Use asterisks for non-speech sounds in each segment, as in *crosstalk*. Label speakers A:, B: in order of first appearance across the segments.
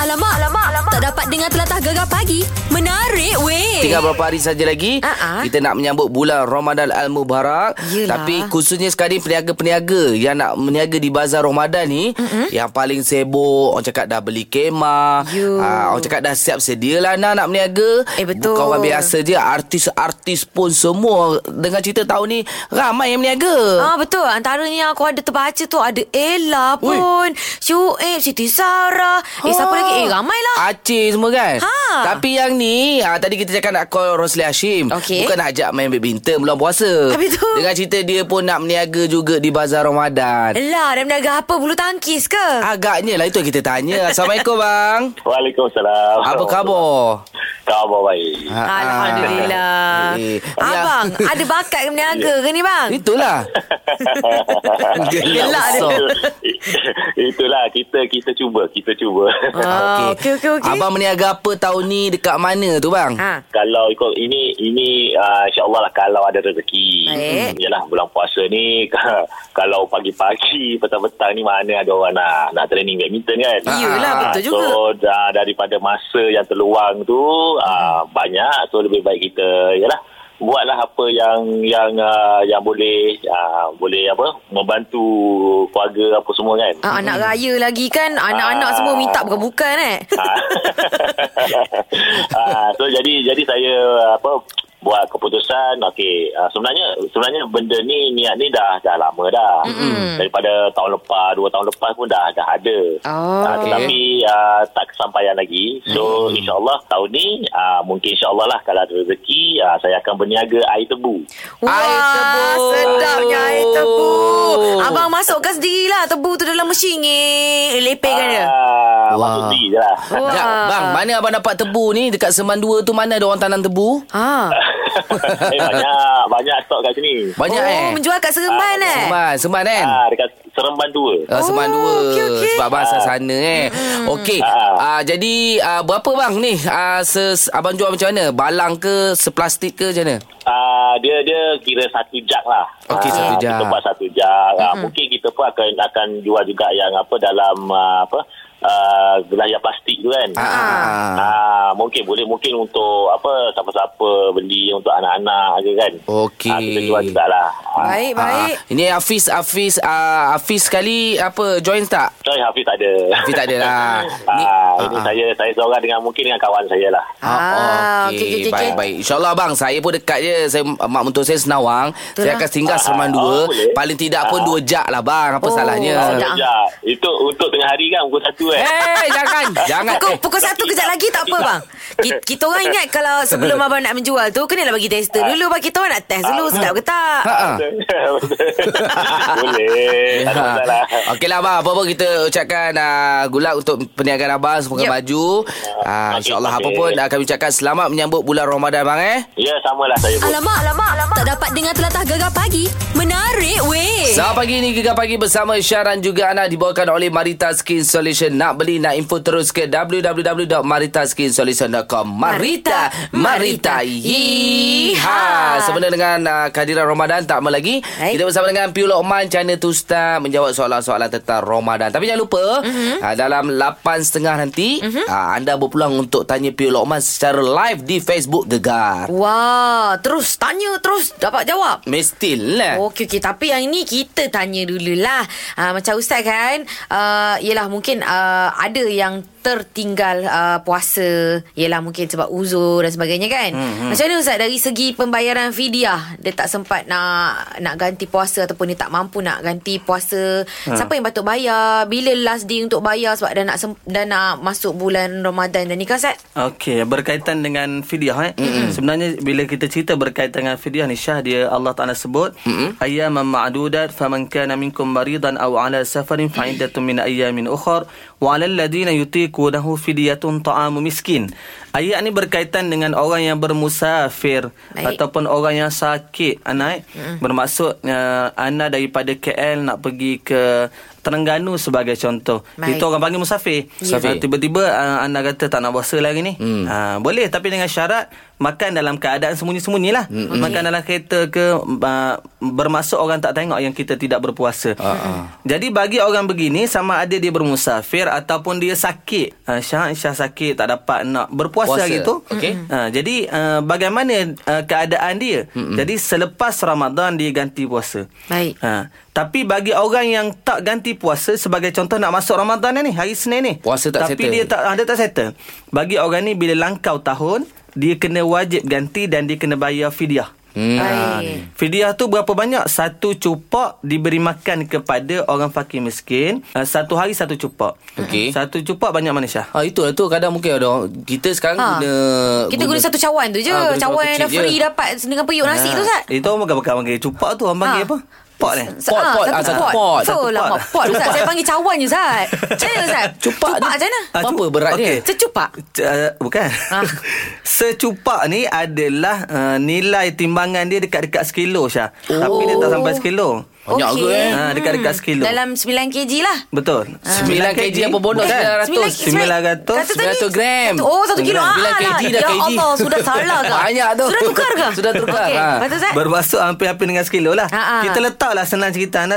A: alamak, alamak, alamak. Tak dapat dengar telatah gegar pagi. Menarik weh.
B: Tinggal beberapa hari saja lagi
A: Ah, ah.
B: Kita nak menyambut bulan Ramadan Al-Mubarak
A: Yelah.
B: Tapi khususnya sekarang ni peniaga-peniaga Yang nak meniaga di bazar Ramadan ni Yang paling sibuk Orang cakap dah beli kemah
A: You.
B: Ah, Orang cakap dah siap sedia lah nak, nak meniaga
A: Eh, betul.
B: Bukan orang biasa je Artis-artis pun semua Dengan cerita tahun ni Ramai yang meniaga
A: Ah betul antaranya yang aku ada terbaca tu ada Ella pun, Syuib, Siti Sarah, eh siapa
B: Ha.
A: lagi? Eh ramai lah.
B: Aceh semua kan
A: Ha.
B: Tapi yang ni ha, Tadi kita cakap nak call Rosli Hashim
A: Okey.
B: Bukan nak ajak main badminton Bulan puasa
A: Habis tu?
B: Dengan cerita dia pun nak meniaga juga Di Bazar Ramadan
A: Lah dan berniaga apa bulu tangkis ke?
B: Agaknya lah itu yang kita tanya Assalamualaikum bang
C: Waalaikumsalam.
B: Apa khabar?
C: Khabar baik.
B: Ha, ha.
A: Alhamdulillah.
B: Eh,
A: Abang *laughs*
B: ya.
A: ada bakat ke berniaga ke ni bang?
B: Itulah Gelak
A: Gelak dia.
B: besar.
C: Itulah kita kita cuba, kita cuba.
A: Ah, okey okey okey.
B: Abang meniaga apa tahun ni Dekat mana tu bang?
A: Ha.
C: kalau ikut ini ini uh, insyaallah lah kalau ada rezeki.
A: Baik.
C: Hmm, Yalah bulan puasa ni *laughs* kalau pagi-pagi petang-petang ni mana ada orang nak nak training badminton kan.
A: Iyalah,
C: Ah,
A: betul
C: so,
A: juga.
C: dah, daripada masa yang terluang tu uh, banyak so lebih baik kita yalah buatlah apa yang yang uh, yang boleh uh, boleh apa membantu keluarga apa semua kan.
A: Ah, anak raya lagi kan Anak-anak
C: Ah.
A: semua minta bukan-bukan eh
C: *laughs* Ah, so jadi jadi saya apa buat keputusan okey ah, sebenarnya sebenarnya benda ni niat ni dah dah lama dah mm-hmm. daripada tahun lepas dua tahun lepas pun dah dah ada
A: Oh,
C: Ah,
A: okey.
C: tetapi ah, tak kesampaian lagi so mm-hmm. insyaallah tahun ni ah, mungkin insyaallah lah kalau ada rezeki ah, saya akan berniaga air tebu
B: Air tebu. Oh.
A: Sedapnya air tebu Abang masukkan sendirilah Tebu tu dalam mesin eh. Lepekkan dia
B: Wah. Oh.
C: ah, masuk sendiri je lah
A: Wah.
B: Sekejap, Bang, mana abang dapat tebu ni Dekat Seman 2 tu mana ada orang tanam tebu?
A: Ah.
C: *laughs* eh, banyak banyak stok kat sini
B: Banyak
A: oh,
B: eh
A: menjual kat Seremban eh.
B: Seman, Seman kan?
C: ah, dekat Seremban 2
B: Uh, Seman
A: Oh,
B: dua
A: okey, okey.
B: Sebab abang asal sana eh hmm. Okey
C: Ah.
B: uh, Jadi uh, Berapa bang ni uh, ses, Abang jual macam mana Balang ke Seplastik ke macam mana
C: Ah dia dia kira satu jak lah.
B: Okey,
C: Ah,
B: satu jak.
C: Kita buat satu jak. Mm-hmm. mungkin kita pun akan akan jual juga yang apa dalam ah, apa uh, gelas yang plastik tu kan.
B: Ah, ah, ah.
C: Ah, mungkin boleh mungkin untuk apa siapa-siapa beli untuk anak-anak je kan.
B: Okey.
C: Ah, kita jual jugalah. Ah.
A: Baik, baik.
B: uh, Ini Hafiz Hafiz uh, Hafiz sekali Apa join tak
C: Sorry Hafiz tak ada.
B: Hafiz tak ada lah.
C: *laughs* ah,
B: Ni-
C: ini
B: ah, ah.
C: saya saya seorang dengan mungkin dengan kawan saya lah.
A: Ah, okey, okey, okey.
B: baik, baik. InsyaAllah bang, saya pun dekat je. Saya, mak mentua saya Senawang. Saya akan singgah Seman 2.
C: Ah, oh, boleh.
B: Paling tidak pun dua jak lah bang. Apa
A: Oh,
B: salahnya?
A: Ah. sedap.
C: Satu jak. Itu untuk tengah hari kan pukul satu eh.
B: *laughs* Eh,
A: *laughs*
B: jangan. jangan.
A: Pukul,
B: Eh,
A: pukul satu kejap lagi tak apa bang kita, kita orang ingat kalau sebelum abang nak menjual tu Kena lah bagi tester
B: Ah.
A: dulu bang Kita orang nak test dulu sedap ke tak
B: Ha, ah.
C: *laughs* Boleh. Tak ada masalah.
B: Eh, ha. Okey lah abang Apa-apa kita ucapkan uh, Good luck untuk perniagaan abang Semoga
A: Yep.
B: baju uh,
C: Ah, Okey,
B: InsyaAllah
C: okey.
B: apa pun uh, Kami ucapkan selamat Menyambut bulan Ramadan bang eh
C: Ya, samalah saya pun.
A: Alamak, alamak, alamak. Tak dapat dengar telatah gegar pagi Menarik weh
B: Selamat pagi ni Gegar Pagi bersama Syaran juga Ana dibawakan oleh Marita Skin Solution. Nak beli nak info terus ke www.maritaskinsolution.com. Marita, Marita. Yeeha. Sebenarnya dengan uh, kehadiran Ramadan tak lama lagi.
A: Baik.
B: Kita bersama dengan Piu Lokman Chana Tusta menjawab soalan-soalan tentang Ramadan. Tapi jangan lupa uh, dalam 8.30 nanti uh, anda berpeluang untuk tanya Piu Lokman secara live di Facebook Gegar.
A: Wah Terus tanya terus Dapat jawab
B: Mestilah.
A: Oh, Okey, okey. Tapi yang ini kita tanya dululah. Uh, macam Ustaz kan, uh, yelah mungkin uh, ada yang tertinggal uh, puasa. Yelah mungkin sebab uzur dan sebagainya kan. Hmm, Macam mana Ustaz dari segi pembayaran fidyah? Dia tak sempat nak nak ganti puasa ataupun dia tak mampu nak ganti puasa. Hmm. Siapa yang patut bayar? Bila last day untuk bayar sebab dah nak sem- dah nak masuk bulan Ramadan dan ni kan Ustaz?
D: Okey, berkaitan dengan fidyah eh. Mm-hmm. Sebenarnya bila kita cerita berkaitan dengan fidyah ni syah dia Allah Taala sebut mm-hmm. ayyaman ma'dudat faman kana minkum maridan aw ala safarin fa iddatun min ayyamin ukhra wa 'alal ladina yutiqunahu fidyatun ta'amu miskin. Ayat ni berkaitan dengan orang yang bermusafir
A: Baik.
D: Baik. ataupun orang yang ah, sakit anak eh. Mm-hmm. Bermaksud uh, anak daripada KL nak pergi ke Terengganu sebagai contoh.
A: Baik.
D: Baik. Kita orang panggil musafir.
B: Ya. Musafir.
D: Ah, tiba-tiba uh, anak kata tak nak puasa lagi ni. Hmm. Uh, boleh tapi dengan syarat makan dalam keadaan sembunyi-sembunyi lah. Hmm. Makan dalam kereta ke uh, bermaksud orang tak tengok yang kita tidak berpuasa.
B: Ah,
D: Uh-uh. Jadi bagi orang begini sama ada dia bermusafir ataupun dia sakit. Uh, Syah Syah sakit tak dapat nak
B: Puasa.
D: berpuasa hari tu.
B: Okey.
D: Ha, jadi uh, bagaimana uh, keadaan dia?
B: Hmm.
D: Mm-mm. Jadi selepas Ramadan dia ganti puasa.
A: Baik.
D: Ha, tapi bagi orang yang tak ganti puasa sebagai contoh nak masuk Ramadan ni hari Senin ni.
B: Puasa tak
D: tapi
B: settle.
D: dia tak ada tak settle. Bagi orang ni bila langkau tahun dia kena wajib ganti dan dia kena bayar fidyah.
B: Hmm.
D: Ha,
A: Baik.
D: fidyah tu berapa banyak? Satu cupak diberi makan kepada orang fakir miskin. Uh, satu hari satu cupak.
B: Okey.
D: Satu cupak banyak mana Syah?
B: Ha itulah tu kadang mungkin ada orang kita sekarang ha.
A: Ha.
B: guna
A: Kita guna, satu cawan tu je.
B: Ah, guna
A: cawan yang dah
B: kecil
A: free
B: je.
A: dapat dengan periuk nasi
D: Ah,
A: tu Ustaz.
D: Itu orang bukan bukan panggil cupak tu orang panggil
A: Ah.
D: apa? Pot ni.
A: Sa-
B: Pot, pot. Ah,
A: ah, satu
B: satu
A: pot.
B: pot.
A: So,
D: Satu
A: lama
D: pot.
A: pot Ustaz. Saya panggil cawan je
B: *laughs*
A: Ustaz. Macam mana Ustaz?
B: Cupak
A: Cupak lah.
B: dia-
A: macam mana?
B: Ah, Apa berat dia?
D: Okey.
A: Secupak?
D: C- uh, bukan.
A: Ah.
D: *laughs* Secupak ni adalah uh, nilai timbangan dia dekat-dekat sekilo Syah. Oh. Tapi dia tak sampai sekilo.
B: Banyak
A: Okey. Hmm.
B: ke, eh?
D: Ha, dekat-dekat sekilo.
A: Dalam 9 kg lah.
D: Betul.
B: 9 kg apa bonus
A: Eh,
B: dah
A: sembilan-
B: 900
D: 900,
A: kata tadi-
B: 900 gram.
A: Satu- Oh, satu kilo.
B: Sembilan
A: Ah,
B: kg dah
A: ya
B: kg.
A: Allah, sudah salah ke?
B: Banyak tu.
A: Sudah tukar ke?
B: *laughs* Sudah tukar,
A: Okey,
B: ha.
A: lepas tu, Ustaz?
D: Bermasuk hampir-hampir dengan sekilo lah.
A: Ah, ah.
D: Kita letaklah senang cerita anda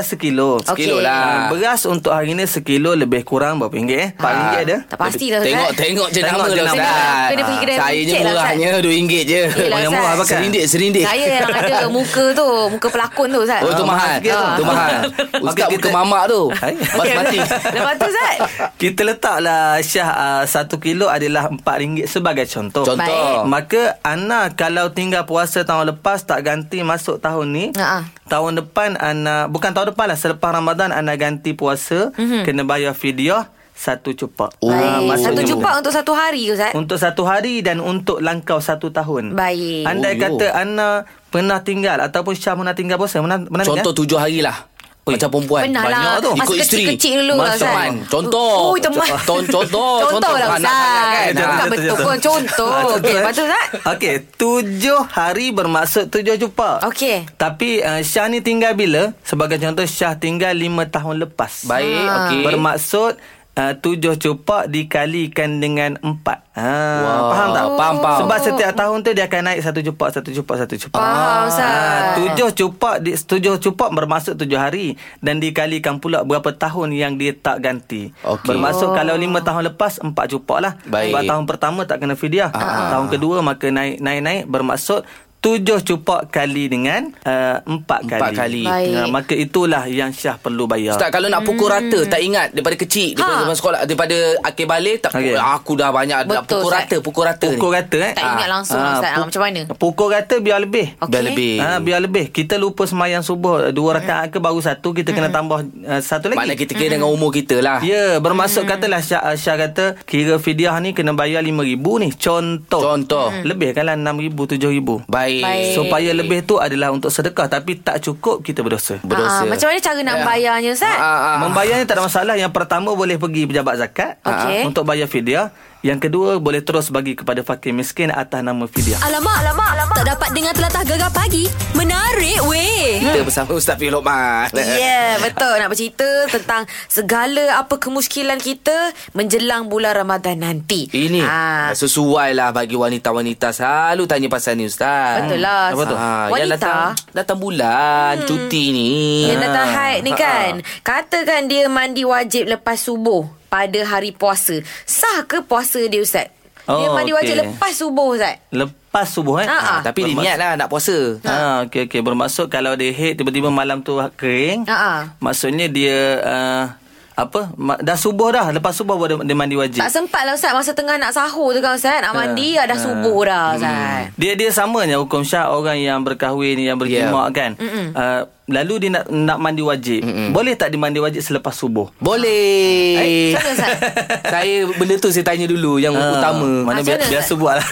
A: Okey.
D: sekilo.
B: Sekilo lah.
D: Ah, Beras untuk hari ni sekilo lebih kurang berapa ringgit eh? RM4
B: Ah.
D: ringgit ada?
A: Tak pastilah Ustaz.
B: Tengok tengok je
D: Tengok
B: nama
D: je
B: lah
D: nama.
B: Ustaz.
A: Kena pergi kedai
B: Saya je
A: check lah,
B: murahnya RM2 je.
A: Yelah, Ustaz.
D: yang murah pakai.
B: Serindik, serindik.
A: Saya yang
B: *laughs*
A: ada muka tu, muka pelakon tu Ustaz.
B: Oh tu
D: Ah,
B: mahal.
D: mahal sikit tu.
B: Tu
A: *laughs*
B: mahal.
D: Okey,
B: Ustaz
D: kita-
B: buka mamak tu.
D: Hai?
A: Okey,
B: Basmati.
A: Lepas tu Ustaz.
D: Kita letaklah Syah uh, Satu kilo adalah RM4 sebagai contoh
B: Contoh.
A: Baik.
D: Eh, Maka Ana kalau tinggal puasa tahun lepas Tak ganti masuk tahun ni
A: Ha, ha.
D: Tahun depan Ana Bukan tahun depan lah Selepas Ramadan Ana ganti puasa mm-hmm. Kena bayar fidyah Satu cupak Ah,
B: Oh,
A: Mhm. Baik.
B: maksudnya-
A: Satu cupak untuk satu hari ke Ustaz?
D: untuk satu hari dan untuk langkau satu tahun.
A: Baik.
B: Oh,
D: Andai
B: yo.
D: kata Ana pernah tinggal ataupun Syah pernah tinggal puasa. Pernah, pernah
B: Contoh
D: tinggal?
B: tujuh hari lah. Macam perempuan
A: Pernah lah.
B: Banyak tu
A: Masa
B: Ikut isteri
A: kecil-kecil dulu lah,
B: Masa
A: Ustaz.
B: teman. Contoh
A: Oh, teman.
B: Contoh Contoh
A: Contoh lah
B: Anak sangat
A: Ustaz.
B: kan?
A: Bukan
B: Ah.
A: betul pun contoh.
D: Ah,
A: Okey, lepas tu Ustaz.
D: Okey, tujuh hari bermaksud tujuh jumpa.
A: Okey.
D: Tapi uh, Syah ni tinggal bila? Sebagai contoh Syah tinggal lima tahun lepas.
B: Baik
A: Ah.
B: okey.
D: Bermaksud uh, tujuh cupak dikalikan dengan empat. Ha,
B: Wow.
D: Faham tak?
B: Faham, faham.
D: Sebab setiap tahun tu dia akan naik satu cupak, satu cupak, satu cupak.
A: Faham, Ustaz.
D: tujuh cupak, di, tujuh cupak bermaksud tujuh hari. Dan dikalikan pula berapa tahun yang dia tak ganti.
B: Okey. Oh.
D: Bermaksud kalau lima tahun lepas, empat cupak lah.
B: Baik. Ah.
D: Sebab tahun pertama tak kena fidyah. Tahun kedua maka naik, naik, naik bermaksud tujuh cupak kali dengan uh, empat,
B: Empat kali.
D: kali.
A: Baik.
D: Ya, maka itulah yang Syah perlu bayar.
B: Ustaz kalau nak pukul rata tak ingat daripada kecil daripada
A: Hmm. Ha.
B: zaman sekolah daripada akhir balik tak
D: Okey.
B: aku dah banyak
A: Betul,
B: dah pukul
A: Ustaz.
B: rata pukul rata ni.
D: Pukul rata eh
A: Tak ingat langsung lah, Ustaz. Ah, macam mana?
D: Pukul rata biar lebih
A: Okey.
B: Dah lebih.
D: Ha, biar lebih Kita lupa semayang subuh eh, Dua rakaat ke baru satu Kita kena
A: Hmm.
D: tambah uh, satu lagi
B: Maknanya kita kira dengan umur kita lah.
D: Ya bermaksud katalah Syah, uh, Syah kata Kira fidyah ni kena bayar RM5,000 ni Contoh
B: Contoh. Hmm.
D: Lebih kan lah RM6,000 RM7,000
B: Baik.
A: Baik.
D: Supaya lebih tu adalah untuk sedekah Tapi tak cukup kita berdosa
B: Berdosa. Ya.
A: Ah, macam mana cara nak bayarnya Ustaz?
B: Ah, ah.
D: Membayarnya tak ada masalah Yang pertama boleh pergi pejabat zakat
A: Okey.
B: Ah.
D: Untuk bayar fidyah Yang kedua boleh terus bagi kepada fakir miskin Atas nama fidyah
E: Alamak, alamak, alamak. Tak dapat dengar telatah gegar pagi. Menarik weh.
D: Ya.
B: Kita bersama Ustaz Fik Lokman.
D: *laughs*
A: Yeah, Ya, betul. Nak bercerita tentang segala apa kemuskilan kita menjelang bulan Ramadan nanti.
B: Ini
A: Ah,
B: sesuai lah bagi wanita-wanita selalu tanya pasal ni Ustaz.
A: Betul lah.
B: Apa tu?
A: Ah,
B: yang
A: wanita- Hmm.
B: datang, datang bulan, cuti ni. Ah,
A: yang
D: Ah.
A: datang haid ni kan. Katakan dia mandi wajib lepas subuh pada hari puasa. Sah ke puasa dia Ustaz? dia
D: Oh,
A: mandi wajib
D: okey.
A: lepas subuh Ustaz.
D: Lepas subuh eh
A: Ah, ah.
B: Ah, tapi dia niat lah nak puasa.
D: Ha, okey okey bermaksud kalau dia head tiba-tiba malam tu kering.
A: Ha, ha.
D: Maksudnya dia uh, apa ma- dah subuh dah lepas subuh baru dia, dia mandi wajib.
A: Tak sempat lah Ustaz masa tengah nak sahur tu kan Ustaz. Nak mandi
D: Ha.
A: dah subuh
D: Hmm.
A: dah Ustaz. *laughs*
D: Dia dia samanya hukum syah orang yang berkahwin yang berjimak yeah. kan. Uh, lalu dia nak nak mandi wajib. Mm-mm. Boleh tak dia mandi wajib selepas subuh?
B: Boleh.
A: Eh, macam mana, Ustaz?
B: *laughs* saya benda tu saya tanya dulu yang
D: Ah,
B: utama.
D: Mana
A: Macam
D: biasa,
A: mana,
D: biasa
A: Ustaz?
D: buat lah.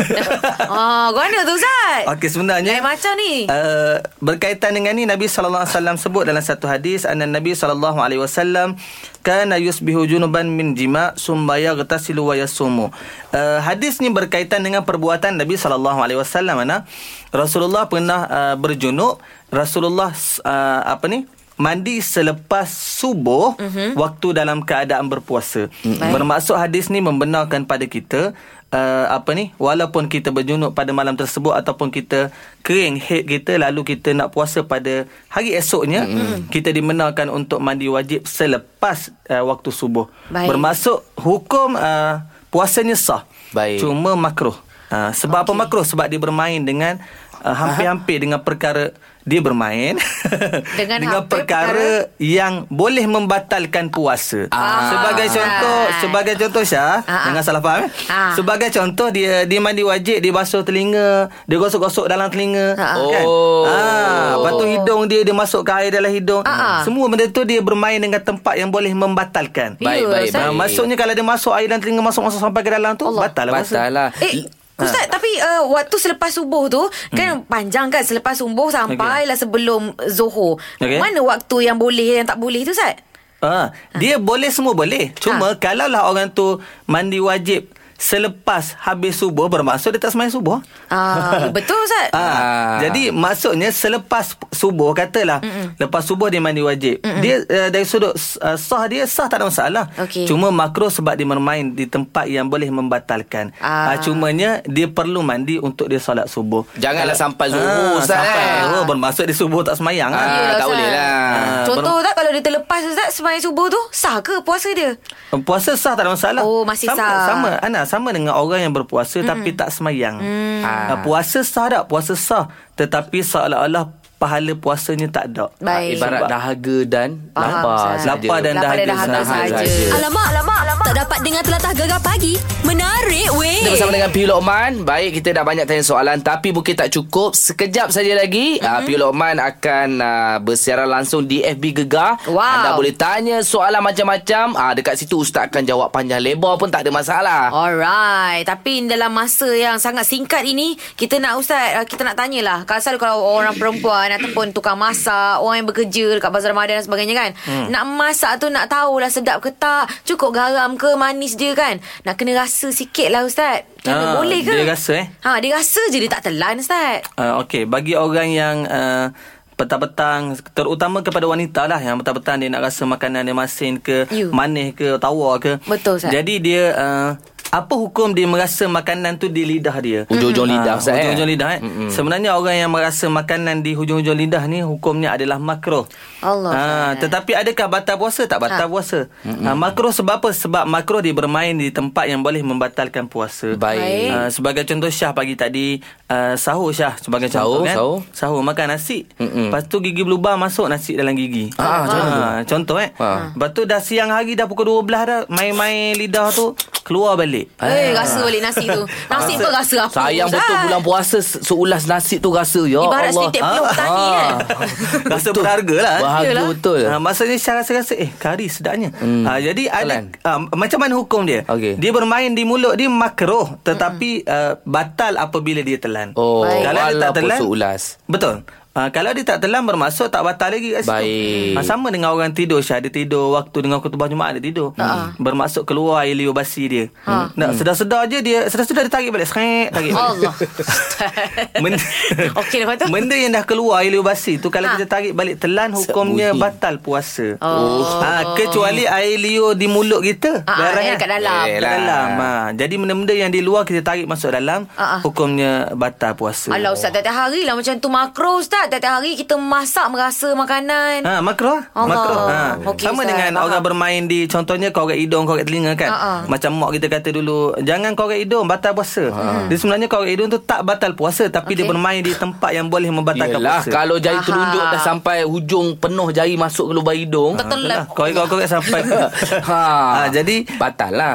A: *laughs* Ah, kau mana tu Ustaz?
D: Okey sebenarnya
A: Lain macam ni.
D: Uh, berkaitan dengan ni Nabi sallallahu alaihi wasallam sebut dalam satu hadis anna Nabi sallallahu alaihi wasallam kana yusbihu junuban min jima summa yaghtasilu wa yasumu. Uh, hadis ni berkaitan dengan perbuatan Nabi sallallahu alaihi eh, wasallam ana Rasulullah pernah uh, berjunub Rasulullah uh, apa ni mandi selepas subuh mm-hmm. waktu dalam keadaan berpuasa. Mm-hmm. Bermaksud hadis ni membenarkan pada kita uh, apa ni walaupun kita berjunub pada malam tersebut ataupun kita kering head kita lalu kita nak puasa pada hari esoknya mm-hmm. kita dibenarkan untuk mandi wajib selepas uh, waktu subuh.
A: Baik.
D: Bermaksud hukum uh, puasanya sah.
B: Baik.
D: Cuma makruh. Uh, sebab okay. apa makruh? Sebab dia bermain dengan uh, hampir-hampir dengan perkara dia bermain *laughs*
A: Dengan hampir
D: perkara, yang boleh membatalkan puasa.
A: Ah.
D: Sebagai contoh,
A: Alright.
D: sebagai contoh Syah,
A: ah.
D: jangan salah faham eh.
A: Ah.
D: Sebagai contoh dia dia mandi wajib, dia basuh telinga, dia gosok-gosok dalam telinga
A: Ah, ah.
D: kan.
B: Oh.
D: Ah, lepas tu hidung dia dia masukkan air dalam hidung.
A: Ah, ah.
D: Semua benda tu dia bermain dengan tempat yang boleh membatalkan.
A: Ya,
B: Baik, baik,
A: saya-
D: Ah,
B: baik.
D: maksudnya kalau dia masuk air dalam telinga masuk-masuk sampai ke dalam tu
A: Allah.
D: batal lah puasa.
B: Batal lah.
A: Eh, Ustaz, tapi uh, waktu selepas subuh tu kan panjang kan selepas subuh sampailah sebelum Zuhur.
D: Okey.
A: Mana waktu yang boleh yang tak boleh tu, Ustaz?
D: Ha, dia boleh semua boleh. Cuma ha. kalaulah orang tu mandi wajib selepas habis subuh bermaksud dia tak sembahyang subuh. *laughs*
A: Ah, betul Ustaz?
D: Ha.
B: Ah.
D: Jadi maksudnya selepas subuh katalah Mm-mm. lepas subuh dia mandi wajib. Mm-mm. Dia uh, dari sudut uh, sah dia sah tak ada masalah.
A: Okey.
D: Cuma makruh sebab dia bermain di tempat yang boleh membatalkan.
A: Ah.
D: Ah. Uh, cumanya dia perlu mandi untuk dia solat subuh.
B: Janganlah sampai zuhur,
D: Ah,
B: Ustaz,
D: Sampai
B: eh.
D: zuhur bermaksud dia subuh tak sembahyang
B: Ah,
D: lah.
A: Ya,
B: tak
A: Ustaz. Ah,
B: boleh lah.
A: Contoh tak kalau dia terlepas Ustaz sembahyang subuh tu, sah ke puasa dia?
D: Puasa sah tak ada masalah.
A: Oh, masih
D: sama,
A: sah. Hmm.
D: Sama, Ana, sama dengan orang yang berpuasa mm. tapi tak semayang. Mm. Ah. Puasa sah tak? Puasa sah. Tetapi seolah-olah pahala puasanya tak ada.
A: Baik.
B: Ibarat
D: Sebab-
B: dahaga dan
A: Faham,
B: lapar.
A: Ustaz.
B: saja.
D: Lapar dan
A: Lapar dan
D: dahaga
A: dahaga
B: sahaja.
A: saja.
E: Alamak, alamak, alamak. Tak dapat dengar telatah gegar pagi. Menarik weh.
B: Kita bersama dengan Piu Lokman. Baik, kita dah banyak tanya soalan tapi mungkin tak cukup. Sekejap saja lagi, mm-hmm. uh, Piu Lokman akan uh, bersiaran langsung di FB Gegar.
A: Wow.
B: Anda boleh tanya soalan macam-macam. Uh, dekat situ Ustaz akan jawab panjang lebar pun tak ada masalah.
A: Oh. Alright Tapi dalam masa yang sangat singkat ini Kita nak Ustaz uh, Kita nak tanyalah Kasar kalau orang perempuan Ataupun tukang masak Orang yang bekerja Dekat Bazar Ramadan dan sebagainya kan hmm. Nak masak tu nak tahulah sedap ke tak Cukup garam ke manis dia kan Nak kena rasa sikit lah Ustaz Kena
D: Ah,
A: boleh ke?
D: dia rasa, eh?
A: Ha, dia rasa je dia tak telan Ustaz
D: Uh, Okey, bagi orang yang uh, petang-petang terutama kepada wanita lah yang petang-petang dia nak rasa makanan dia masin ke
A: You.
D: manis ke tawar ke
A: Betul, Ustaz.
D: jadi dia uh, apa hukum dia merasa makanan tu di lidah dia
B: Ujung-ujung lidah,
D: Ah,
B: Ustaz, eh?
D: ujung-ujung lidah eh? sebenarnya orang yang merasa makanan di hujung-ujung lidah ni hukumnya adalah makruh
A: Allah,
D: Ah,
A: Ustaz.
D: tetapi adakah batal puasa tak
A: Ha.
D: batal puasa Ah, makruh sebab apa sebab makruh dia bermain di tempat yang boleh membatalkan puasa
B: Baik.
D: Uh, sebagai contoh Syah pagi tadi uh, sahur Syah sebagai
B: Sahur,
D: contoh kan.
B: sahur.
D: Sahur makan nasi.
B: Mm-mm.
D: Lepas tu gigi berlubang masuk nasi dalam gigi.
B: Ah, macam mana
D: Ah, contoh eh.
B: Ah.
D: Lepas tu dah siang hari dah pukul 12 dah main-main lidah tu keluar balik.
A: Eh, rasa balik nasi tu Nasi pun rasa apa
B: Sayang
A: Ustaz?
B: betul bulan puasa se- seulas nasi tu rasa ya
A: Ibarat
B: Allah.
A: setitik peluk tani kan
D: Rasa berharga lah eh.
B: Berharga
A: Yalah.
B: betul.
D: Ah, maksudnya Syah rasa-rasa Eh kari sedapnya hmm. ah, Jadi ada
B: Telan.
D: ah, Macam mana hukum dia
B: Okey.
D: Dia bermain di mulut Dia makruh Tetapi uh, Batal apabila dia telan
B: Oh,
A: Hmm. Baik.
D: Kalau dia tak
B: walaupun
D: telan
B: seulas.
D: Betul Ha, kalau dia tak telan bermaksud tak batal lagi kat situ.
B: Baik.
D: Ha, sama dengan orang tidur Syah. Dia tidur waktu dengan khutbah Jumaat dia tidur.
A: Ha.
D: Bermaksud keluar air liur basi dia. Ha. Nak sedar-sedar je dia sedar-sedar dia tarik balik. Sengit tarik balik.
A: *laughs* Allah Ustaz.
D: Benda,
A: *laughs* Okey, lepas tu?
D: Benda yang dah keluar air liur basi tu kalau
A: Ha.
D: ha. kita tarik balik telan hukumnya
B: bunyi.
D: batal puasa.
A: Oh.
D: Ha, kecuali air liur di mulut kita.
A: Ah,
D: Barang
A: yang
D: kan?
A: kat dalam.
D: Kat
B: Yelah.
D: dalam. Ha. Jadi benda-benda yang di luar kita tarik masuk dalam
A: Ah, ah.
D: hukumnya batal puasa.
A: Alah Ustaz, tiap-tiap hari lah macam tu makro Ustaz. Tiap-tiap hari kita masak merasa makanan.
D: Ha, makro
A: Allah.
D: makro ha.
A: Okey,
D: Sama
A: Ustaz,
D: dengan
A: faham.
D: orang bermain di Contohnya korek hidung, korek telinga kan
A: Ha, ha.
D: Macam mak kita kata dulu Jangan korek hidung, batal puasa Dia sebenarnya korek hidung tu tak batal puasa Tapi dia
A: Okey.
D: bermain di tempat yang boleh membatalkan
B: Yelah,
D: puasa
B: kalau jari
A: Faham.
B: telunjuk dah sampai hujung penuh jari masuk ke lubang hidung.
A: Betul
D: Itulah,
A: lah.
D: Korek-korek sampai
B: ha.
D: ha. Jadi
B: batal lah.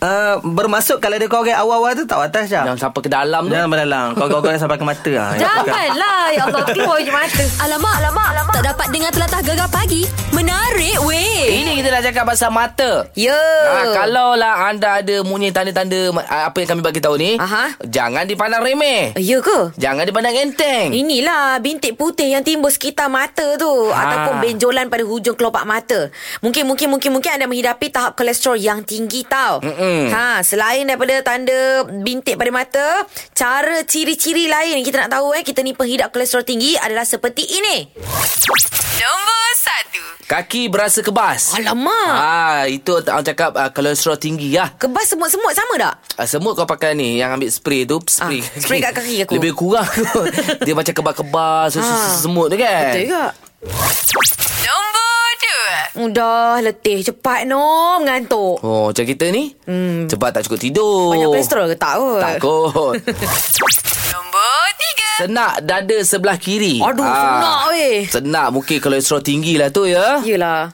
D: uh, Bermaksud kalau dia korek awal-awal tu tak batal Syah
B: Jangan sampai ke dalam tu.
D: Ah. Jangan berdalang Korek-korek sampai ke mata ha.
A: Janganlah. Ya Allah, keluar je mata.
E: Alamak, alamak, alamak. Tak dapat dengar telatah gegar pagi. Menarik weh.
B: Ini kita dah cakap pasal mata.
A: Ya.
B: Ha, kalau lah anda ada munyi tanda-tanda ma- ah, apa yang kami bagi tahu ni,
A: Aha.
B: jangan dipandang remeh.
A: Ya ke?
B: Jangan dipandang enteng.
A: Inilah bintik putih yang timbul sekitar mata tu ha.
B: Ha.
A: ataupun benjolan pada hujung kelopak mata. Mungkin mungkin mungkin mungkin anda menghidapi tahap kolesterol yang tinggi tau.
B: Mm-mm.
A: Ha, selain daripada tanda bintik pada mata, cara ciri-ciri lain yang kita nak tahu eh kita ni penghidap kolesterol tinggi adalah seperti ini.
E: Nombor 1.
F: ada.
B: Kaki berasa kebas.
A: Alamak.
B: Ah, itu tak- orang cakap ah, kolesterol tinggi lah.
A: Kebas semut-semut sama tak?
B: Ah, semut kau pakai ni yang ambil spray tu spray,
A: Ah, spray kat kaki aku.
B: lebih kurang kot. *laughs* dia macam kebas-kebas so,
A: Ah.
B: semut tu kan
A: Betul juga.
F: Nombor dua.
A: Udah letih cepat no mengantuk.
B: oh macam kita ni hmm. cepat tak cukup tidur
A: Banyak kolesterol ke tak kot?
B: Oh. tak
A: *laughs*
B: kot
F: Nombor tiga.
B: senak dada sebelah kiri Ah.
A: Aduh, senak weh.
B: senak mungkin kolesterol tinggi lah tu ya
A: Yelah.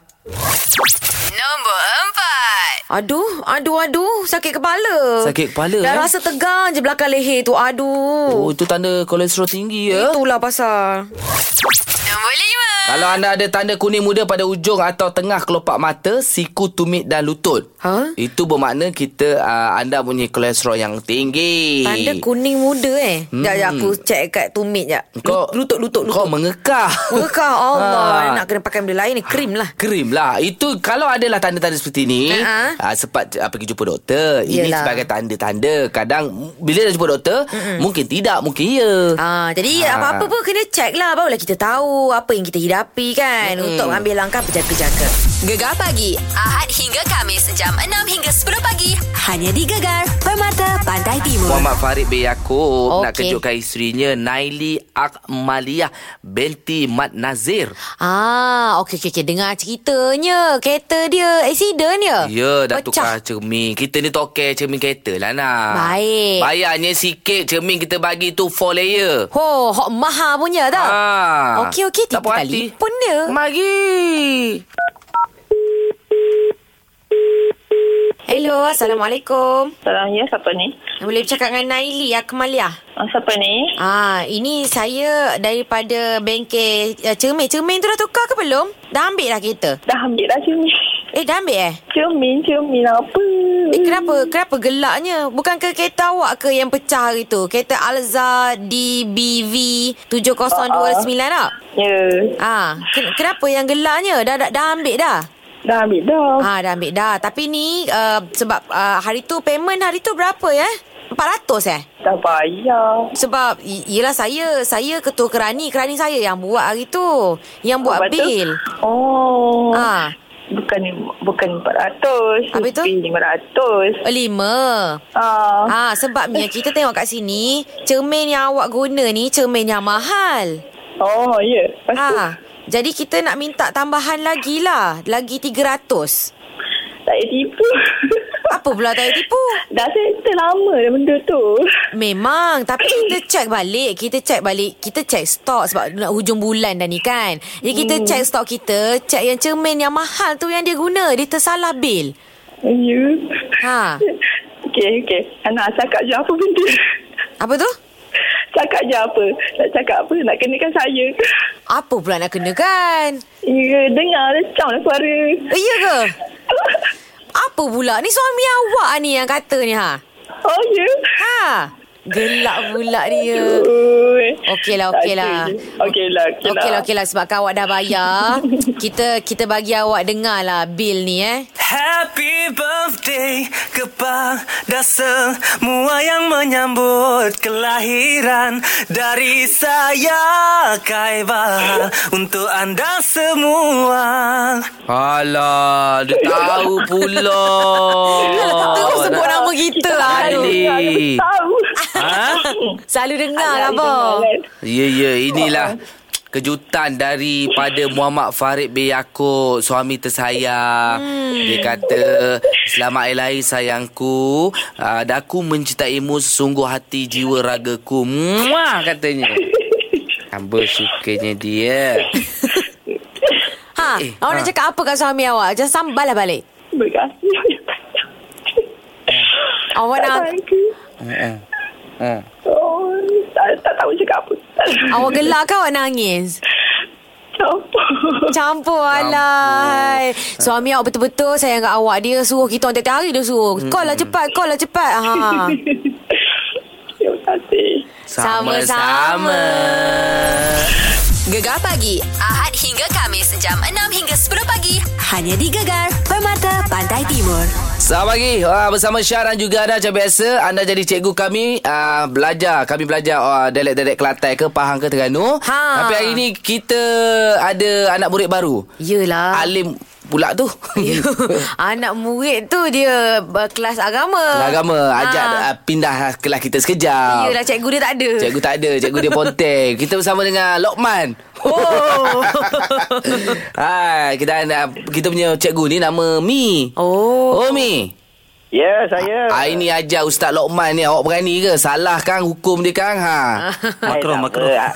F: Nombor empat.
A: Aduh, aduh, aduh. Sakit kepala.
B: Sakit kepala,
A: Dah
B: eh?
A: rasa tegang je belakang leher tu.
B: oh
A: Aduh.
B: itu tanda kolesterol tinggi ya
A: Itulah pasal.
F: Nombor lima.
B: kalau anda ada tanda kuning muda pada ujung atau tengah kelopak mata, siku, tumit dan lutut.
A: Ha?
B: Itu bermakna kita uh, anda punya kolesterol yang tinggi.
A: Tanda kuning muda eh. Hmm. Sekejap, aku check kat tumit je.
B: Kau
A: lutut, lutut, lutut.
B: Kau mengekah. *laughs*
A: Mengekah Allah.
B: Ha.
A: Nak kena pakai benda lain ni. Krim lah.
B: Krim lah Itu kalau adalah tanda-tanda seperti ni
A: Ha-ha.
B: uh-huh. uh, Sempat uh, pergi jumpa doktor
A: Ha,
B: Ini
A: Yelah.
B: sebagai tanda-tanda Kadang m- Bila dah jumpa doktor Mm-mm. Mungkin tidak Mungkin ya
A: Ah, jadi
B: Ah.
A: apa-apa pun kena check lah Barulah kita tahu Apa yang kita hidapi kan hmm. Untuk ambil langkah berjaga-jaga
E: Gegar pagi Ahad hingga Kamis jam 6 hingga 10 pagi hanya di Gegar Permata Pantai Timur.
B: Muhammad Farid bin Yaakob Nak
A: Okey.
B: kejutkan isterinya Naili Akmaliyah Binti Mat Nazir
A: Ah, okey okey okey dengar ceritanya. Kereta dia accident ya.
B: Ya, dah
A: Pecah.
B: tukar cermin. Kita ni tokel cermin kereta lah nak.
A: Baik.
B: Bayarnya sikit cermin kita bagi tu 4 layer.
A: Ho, hok maha punya tak?
B: Ah.
A: Okey okey
B: Tak
A: tiba
B: puas
A: kali
B: hati.
A: pun dia.
B: Mari.
A: Hello, assalamualaikum.
G: Salam ya, siapa ni?
A: Boleh bercakap dengan Naili Akmalia.
G: Ah, siapa ni?
A: Ah, ini saya daripada bengkel eh, cermin. Cermin tu dah tukar ke belum? Dah ambil dah kereta.
G: Dah ambil dah *laughs* cermin.
A: Eh, dah ambil eh?
G: Cermin, cermin apa?
A: Eh, kenapa? Kenapa gelaknya? Bukan ke kereta awak ke yang pecah hari tu? Kereta Alza DBV 7029 tak?
G: Ya,
A: Ah, ken- kenapa yang gelaknya? Dah dah, dah ambil dah.
G: dah ambil dah.
A: Ah, dah ambil dah. Tapi ni uh, sebab uh, hari tu payment hari tu berapa ya? 400 eh?
G: Dah bayar.
A: Sebab y- yelah saya saya ketua kerani, kerani saya yang buat hari tu. Yang buat
G: Lepas tu-
A: bil.
G: Oh.
A: Ah.
G: Bukan bukan 400.
A: Habis tu?
G: lebih 500.
A: Eh, Lima.
G: Ah.
A: Ah, sebabnya kita tengok kat sini, cermin yang awak guna ni cermin yang mahal.
G: Oh, ya. Lepas tu,
A: Ah, jadi kita nak minta tambahan lagi lah. Lagi 300.
G: tak payah tipu. *laughs*
A: Apa pula tak payah tipu?
G: dah settle lama dah benda tu.
A: Memang Tapi kita check balik Kita check balik Kita check stok Sebab nak hujung bulan dah ni kan Ya kita hmm. check stok kita Check yang cermin yang mahal tu Yang dia guna Dia tersalah bil
G: Ya.
A: Ha
G: Okey, okey. Anak cakap je apa benda. *laughs*
A: Apa tu?
G: cakap je apa. Nak cakap apa, nak kenakan saya.
A: Apa pula nak kena kan?
G: Ya, dengar Recam lah suara *laughs*
A: Eh, ya ke? Apa pula? Ni suami awak ni yang kata ni ha
G: Oh, ya
A: Ha Gelak pula dia
G: Oi.
A: Okey lah,
G: Tak
A: okey lah.
G: ada je. Okey lah, okey lah
A: Okey lah, okey lah. Sebabkan awak dah bayar, kita kita bagi awak dengar lah bil ni eh.
H: Happy birthday kepada semua yang menyambut kelahiran dari saya Kaibal untuk anda semua.
B: Alah, dia tahu pula. Oh,
A: Terus sebut nama kita lah. Aduh.
B: Ali.
G: Ya, Tahu
B: Ha?
A: Selalu *laughs* dengar lah abang.
G: Dengar, kan?
B: Ya, ya. Inilah kejutan daripada Muhammad Farid bin Yaakob, suami tersayang. Hmm. Dia kata, selamat hari lahir sayangku. Uh, daku mencintaimu sesungguh hati jiwa ragaku. Muah, katanya. Hamba sukanya dia.
A: Ha,
B: Eh,
A: awak nak
B: ha.
A: cakap apa kat suami awak? Jangan sambal lah balik.
G: Terima kasih
A: Awak
G: Tak
A: nak
G: sangka
B: Hmm.
G: Oh, tak, tak tahu cakap apa Tak
A: awak gelak ke awak nangis?
G: Campur
A: Campur alai. Suami awak betul-betul sayang kat awak. Dia suruh kita orang tiap-tiap hari dia suruh. Call lah cepat, call lah cepat. *laughs* Ha.
G: *laughs* Terima kasih
B: Sama-sama.
E: Gegar pagi Ahad hingga Kamis jam 6 hingga 10 pagi hanya di Gegar Permata Pantai Timur.
B: Selamat pagi uh, Bersama Syah dan juga anda Macam biasa Anda jadi cikgu kami uh, Belajar Kami belajar uh, Dialek-dialek Kelantan ke Pahang ke Terengganu
A: Ha.
B: Tapi hari ini Kita ada Anak murid baru
A: Yelah
B: Alim pula
A: *laughs*
B: tu
A: Anak murid tu dia uh, kelas agama
B: Agama Ajak
A: Ha.
B: uh, pindah kelas kita sekejap
A: Yelah cikgu dia tak ada
B: Cikgu tak ada Cikgu dia ponteng Kita bersama dengan Lokman
A: Oh.
B: *laughs* Hai, kita kita punya cikgu ni nama Mi.
A: Oh
B: Oh Mi.
C: Ya, saya.
D: Ah,
B: Hari ni ajar Ustaz Lokman ni awak berani ke? Salah kang hukum dia
A: *laughs*
B: kang ha.
D: Makro, makro.
C: Ah,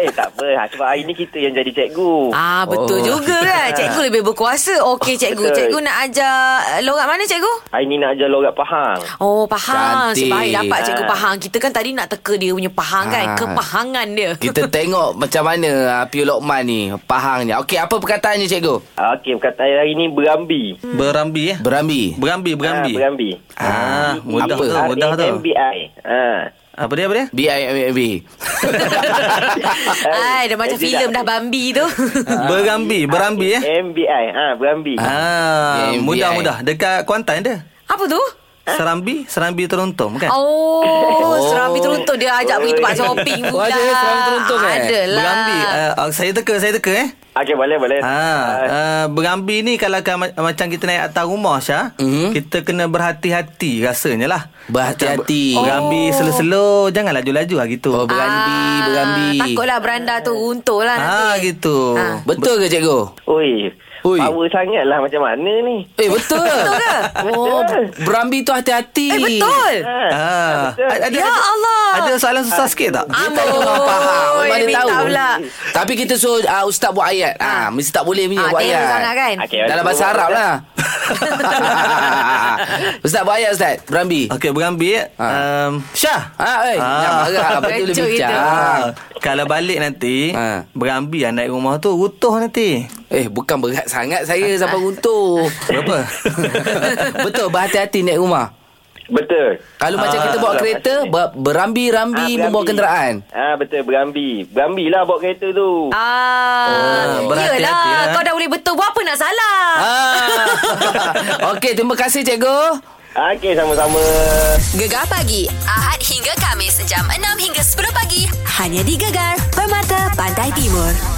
C: Eh, tak apa. Ha, Sebab hari ni kita yang jadi cikgu.
A: Ah betul oh.
B: Oh.
A: juga kan Cikgu lebih berkuasa Okey cikgu
C: Betul.
A: Cikgu nak ajar eh, Lorat mana cikgu?
C: Hari ni nak ajar lorat Pahang.
A: Oh Pahang Cantik.
B: Cantik.
A: Sebaik dapat cikgu
C: Ah.
A: Pahang Kita kan tadi nak teka dia punya Pahang kan
B: Ah.
A: Kepahangan dia
B: Kita tengok macam mana uh, Piu Lokman ni, Pahang ni. Okey, apa perkataannya cikgu?
C: Ah, Okey, perkataan hari ni berambi.
D: Berambi eh.
B: Berambi.
D: Berambi, berambi.
C: Ah, berambi. Eh,
D: Ah, mudah
B: Apa?
D: tu, mudah tu.
C: R-A-M-B-I. Ah.
D: Apa dia, apa dia?
B: B I M A B.
A: *laughs*
B: *laughs*
A: Hai, dah macam
C: Jadi
A: filem
C: dah-
A: dah Bambi tu. *laughs*
D: Berambi, berambi eh.
C: MBI. Ah, berambi.
D: Ah,
B: MBI.
D: mudah mudah. Dekat Kuantan dia.
A: Apa tu?
D: Serambi, Serambi Teruntum kan?
A: Oh, oh. serambi teruntuk dia ajak pergi tempat shopping pula.
B: Oh, ada serambi teruntuk, eh?
A: Adalah.
D: Berambi, uh, uh, saya teka, saya teka eh.
C: Okey, boleh, boleh.
D: Ha, uh, berambi ni kalau kan, ma- macam kita naik atas rumah Syah,
B: Mhm.
D: kita kena berhati-hati rasanya lah.
B: Berhati-hati.
D: Macam Berambi
A: Oh.
D: slow-slow, jangan laju-laju lah gitu.
B: Oh, berambi,
A: Ah,
B: berambi.
A: Takutlah beranda tu runtuh lah
D: Ah,
A: nanti.
D: gitu.
A: Ah.
B: Betul ke cikgu?
C: Oi,
B: Ui.
C: power sangatlah macam mana ni.
B: Eh, betul. betul
A: ke?
B: *laughs* Oh, berambi tu hati-hati.
A: Eh, betul.
C: Ha.
D: Ah, ada, ada,
A: Ya Allah. Ah.
D: ada soalan susah sikit tak?
B: Dia tak ada orang
A: Amboi,
B: faham Mana
A: minta
B: tahu
A: pula.
B: Tapi kita suruh uh, Ustaz buat ayat ha, Mesti tak boleh punya
A: Ah,
B: buat
A: dia
B: ayat
A: sangat kan?
C: Okey,
B: Dalam bahasa Arab
C: *laughs*
B: lah Ustaz buat ayat Ustaz Berambi
D: Okey, berambi eh.
B: Ha.
D: Um, Syah.
B: Ha, eh,
C: Ah.
B: jangan marah. Apa tu
A: Rancu
B: lebih
A: kita.
B: bincang.
D: Ah, kalau balik nanti,
B: Ha.
D: berambi lah naik rumah tu, utuh nanti.
B: Eh, bukan berat sangat
C: *laughs*
B: saya sampai runtuh.
D: Berapa?
B: *laughs* Betul, berhati-hati naik rumah.
C: Betul.
B: Kalau macam kita bawa kereta, ber- berambi-rambi
C: Ah,
B: membawa
C: berambi. *laughs*
B: kenderaan. *laughs*
C: Ah betul berambi. Berambilah bawa kereta tu.
A: Ah,
D: Oh, berhati-hati
A: Yelah,
D: lah.
A: kau dah boleh betul Buat apa nak salah
B: Ah. Okey, terima kasih cikgu.
C: Ah. Okey sama-sama.
E: Gegar pagi Ahad hingga Kamis jam 6 hingga 10 pagi hanya di Gegar Permata Pantai Timur.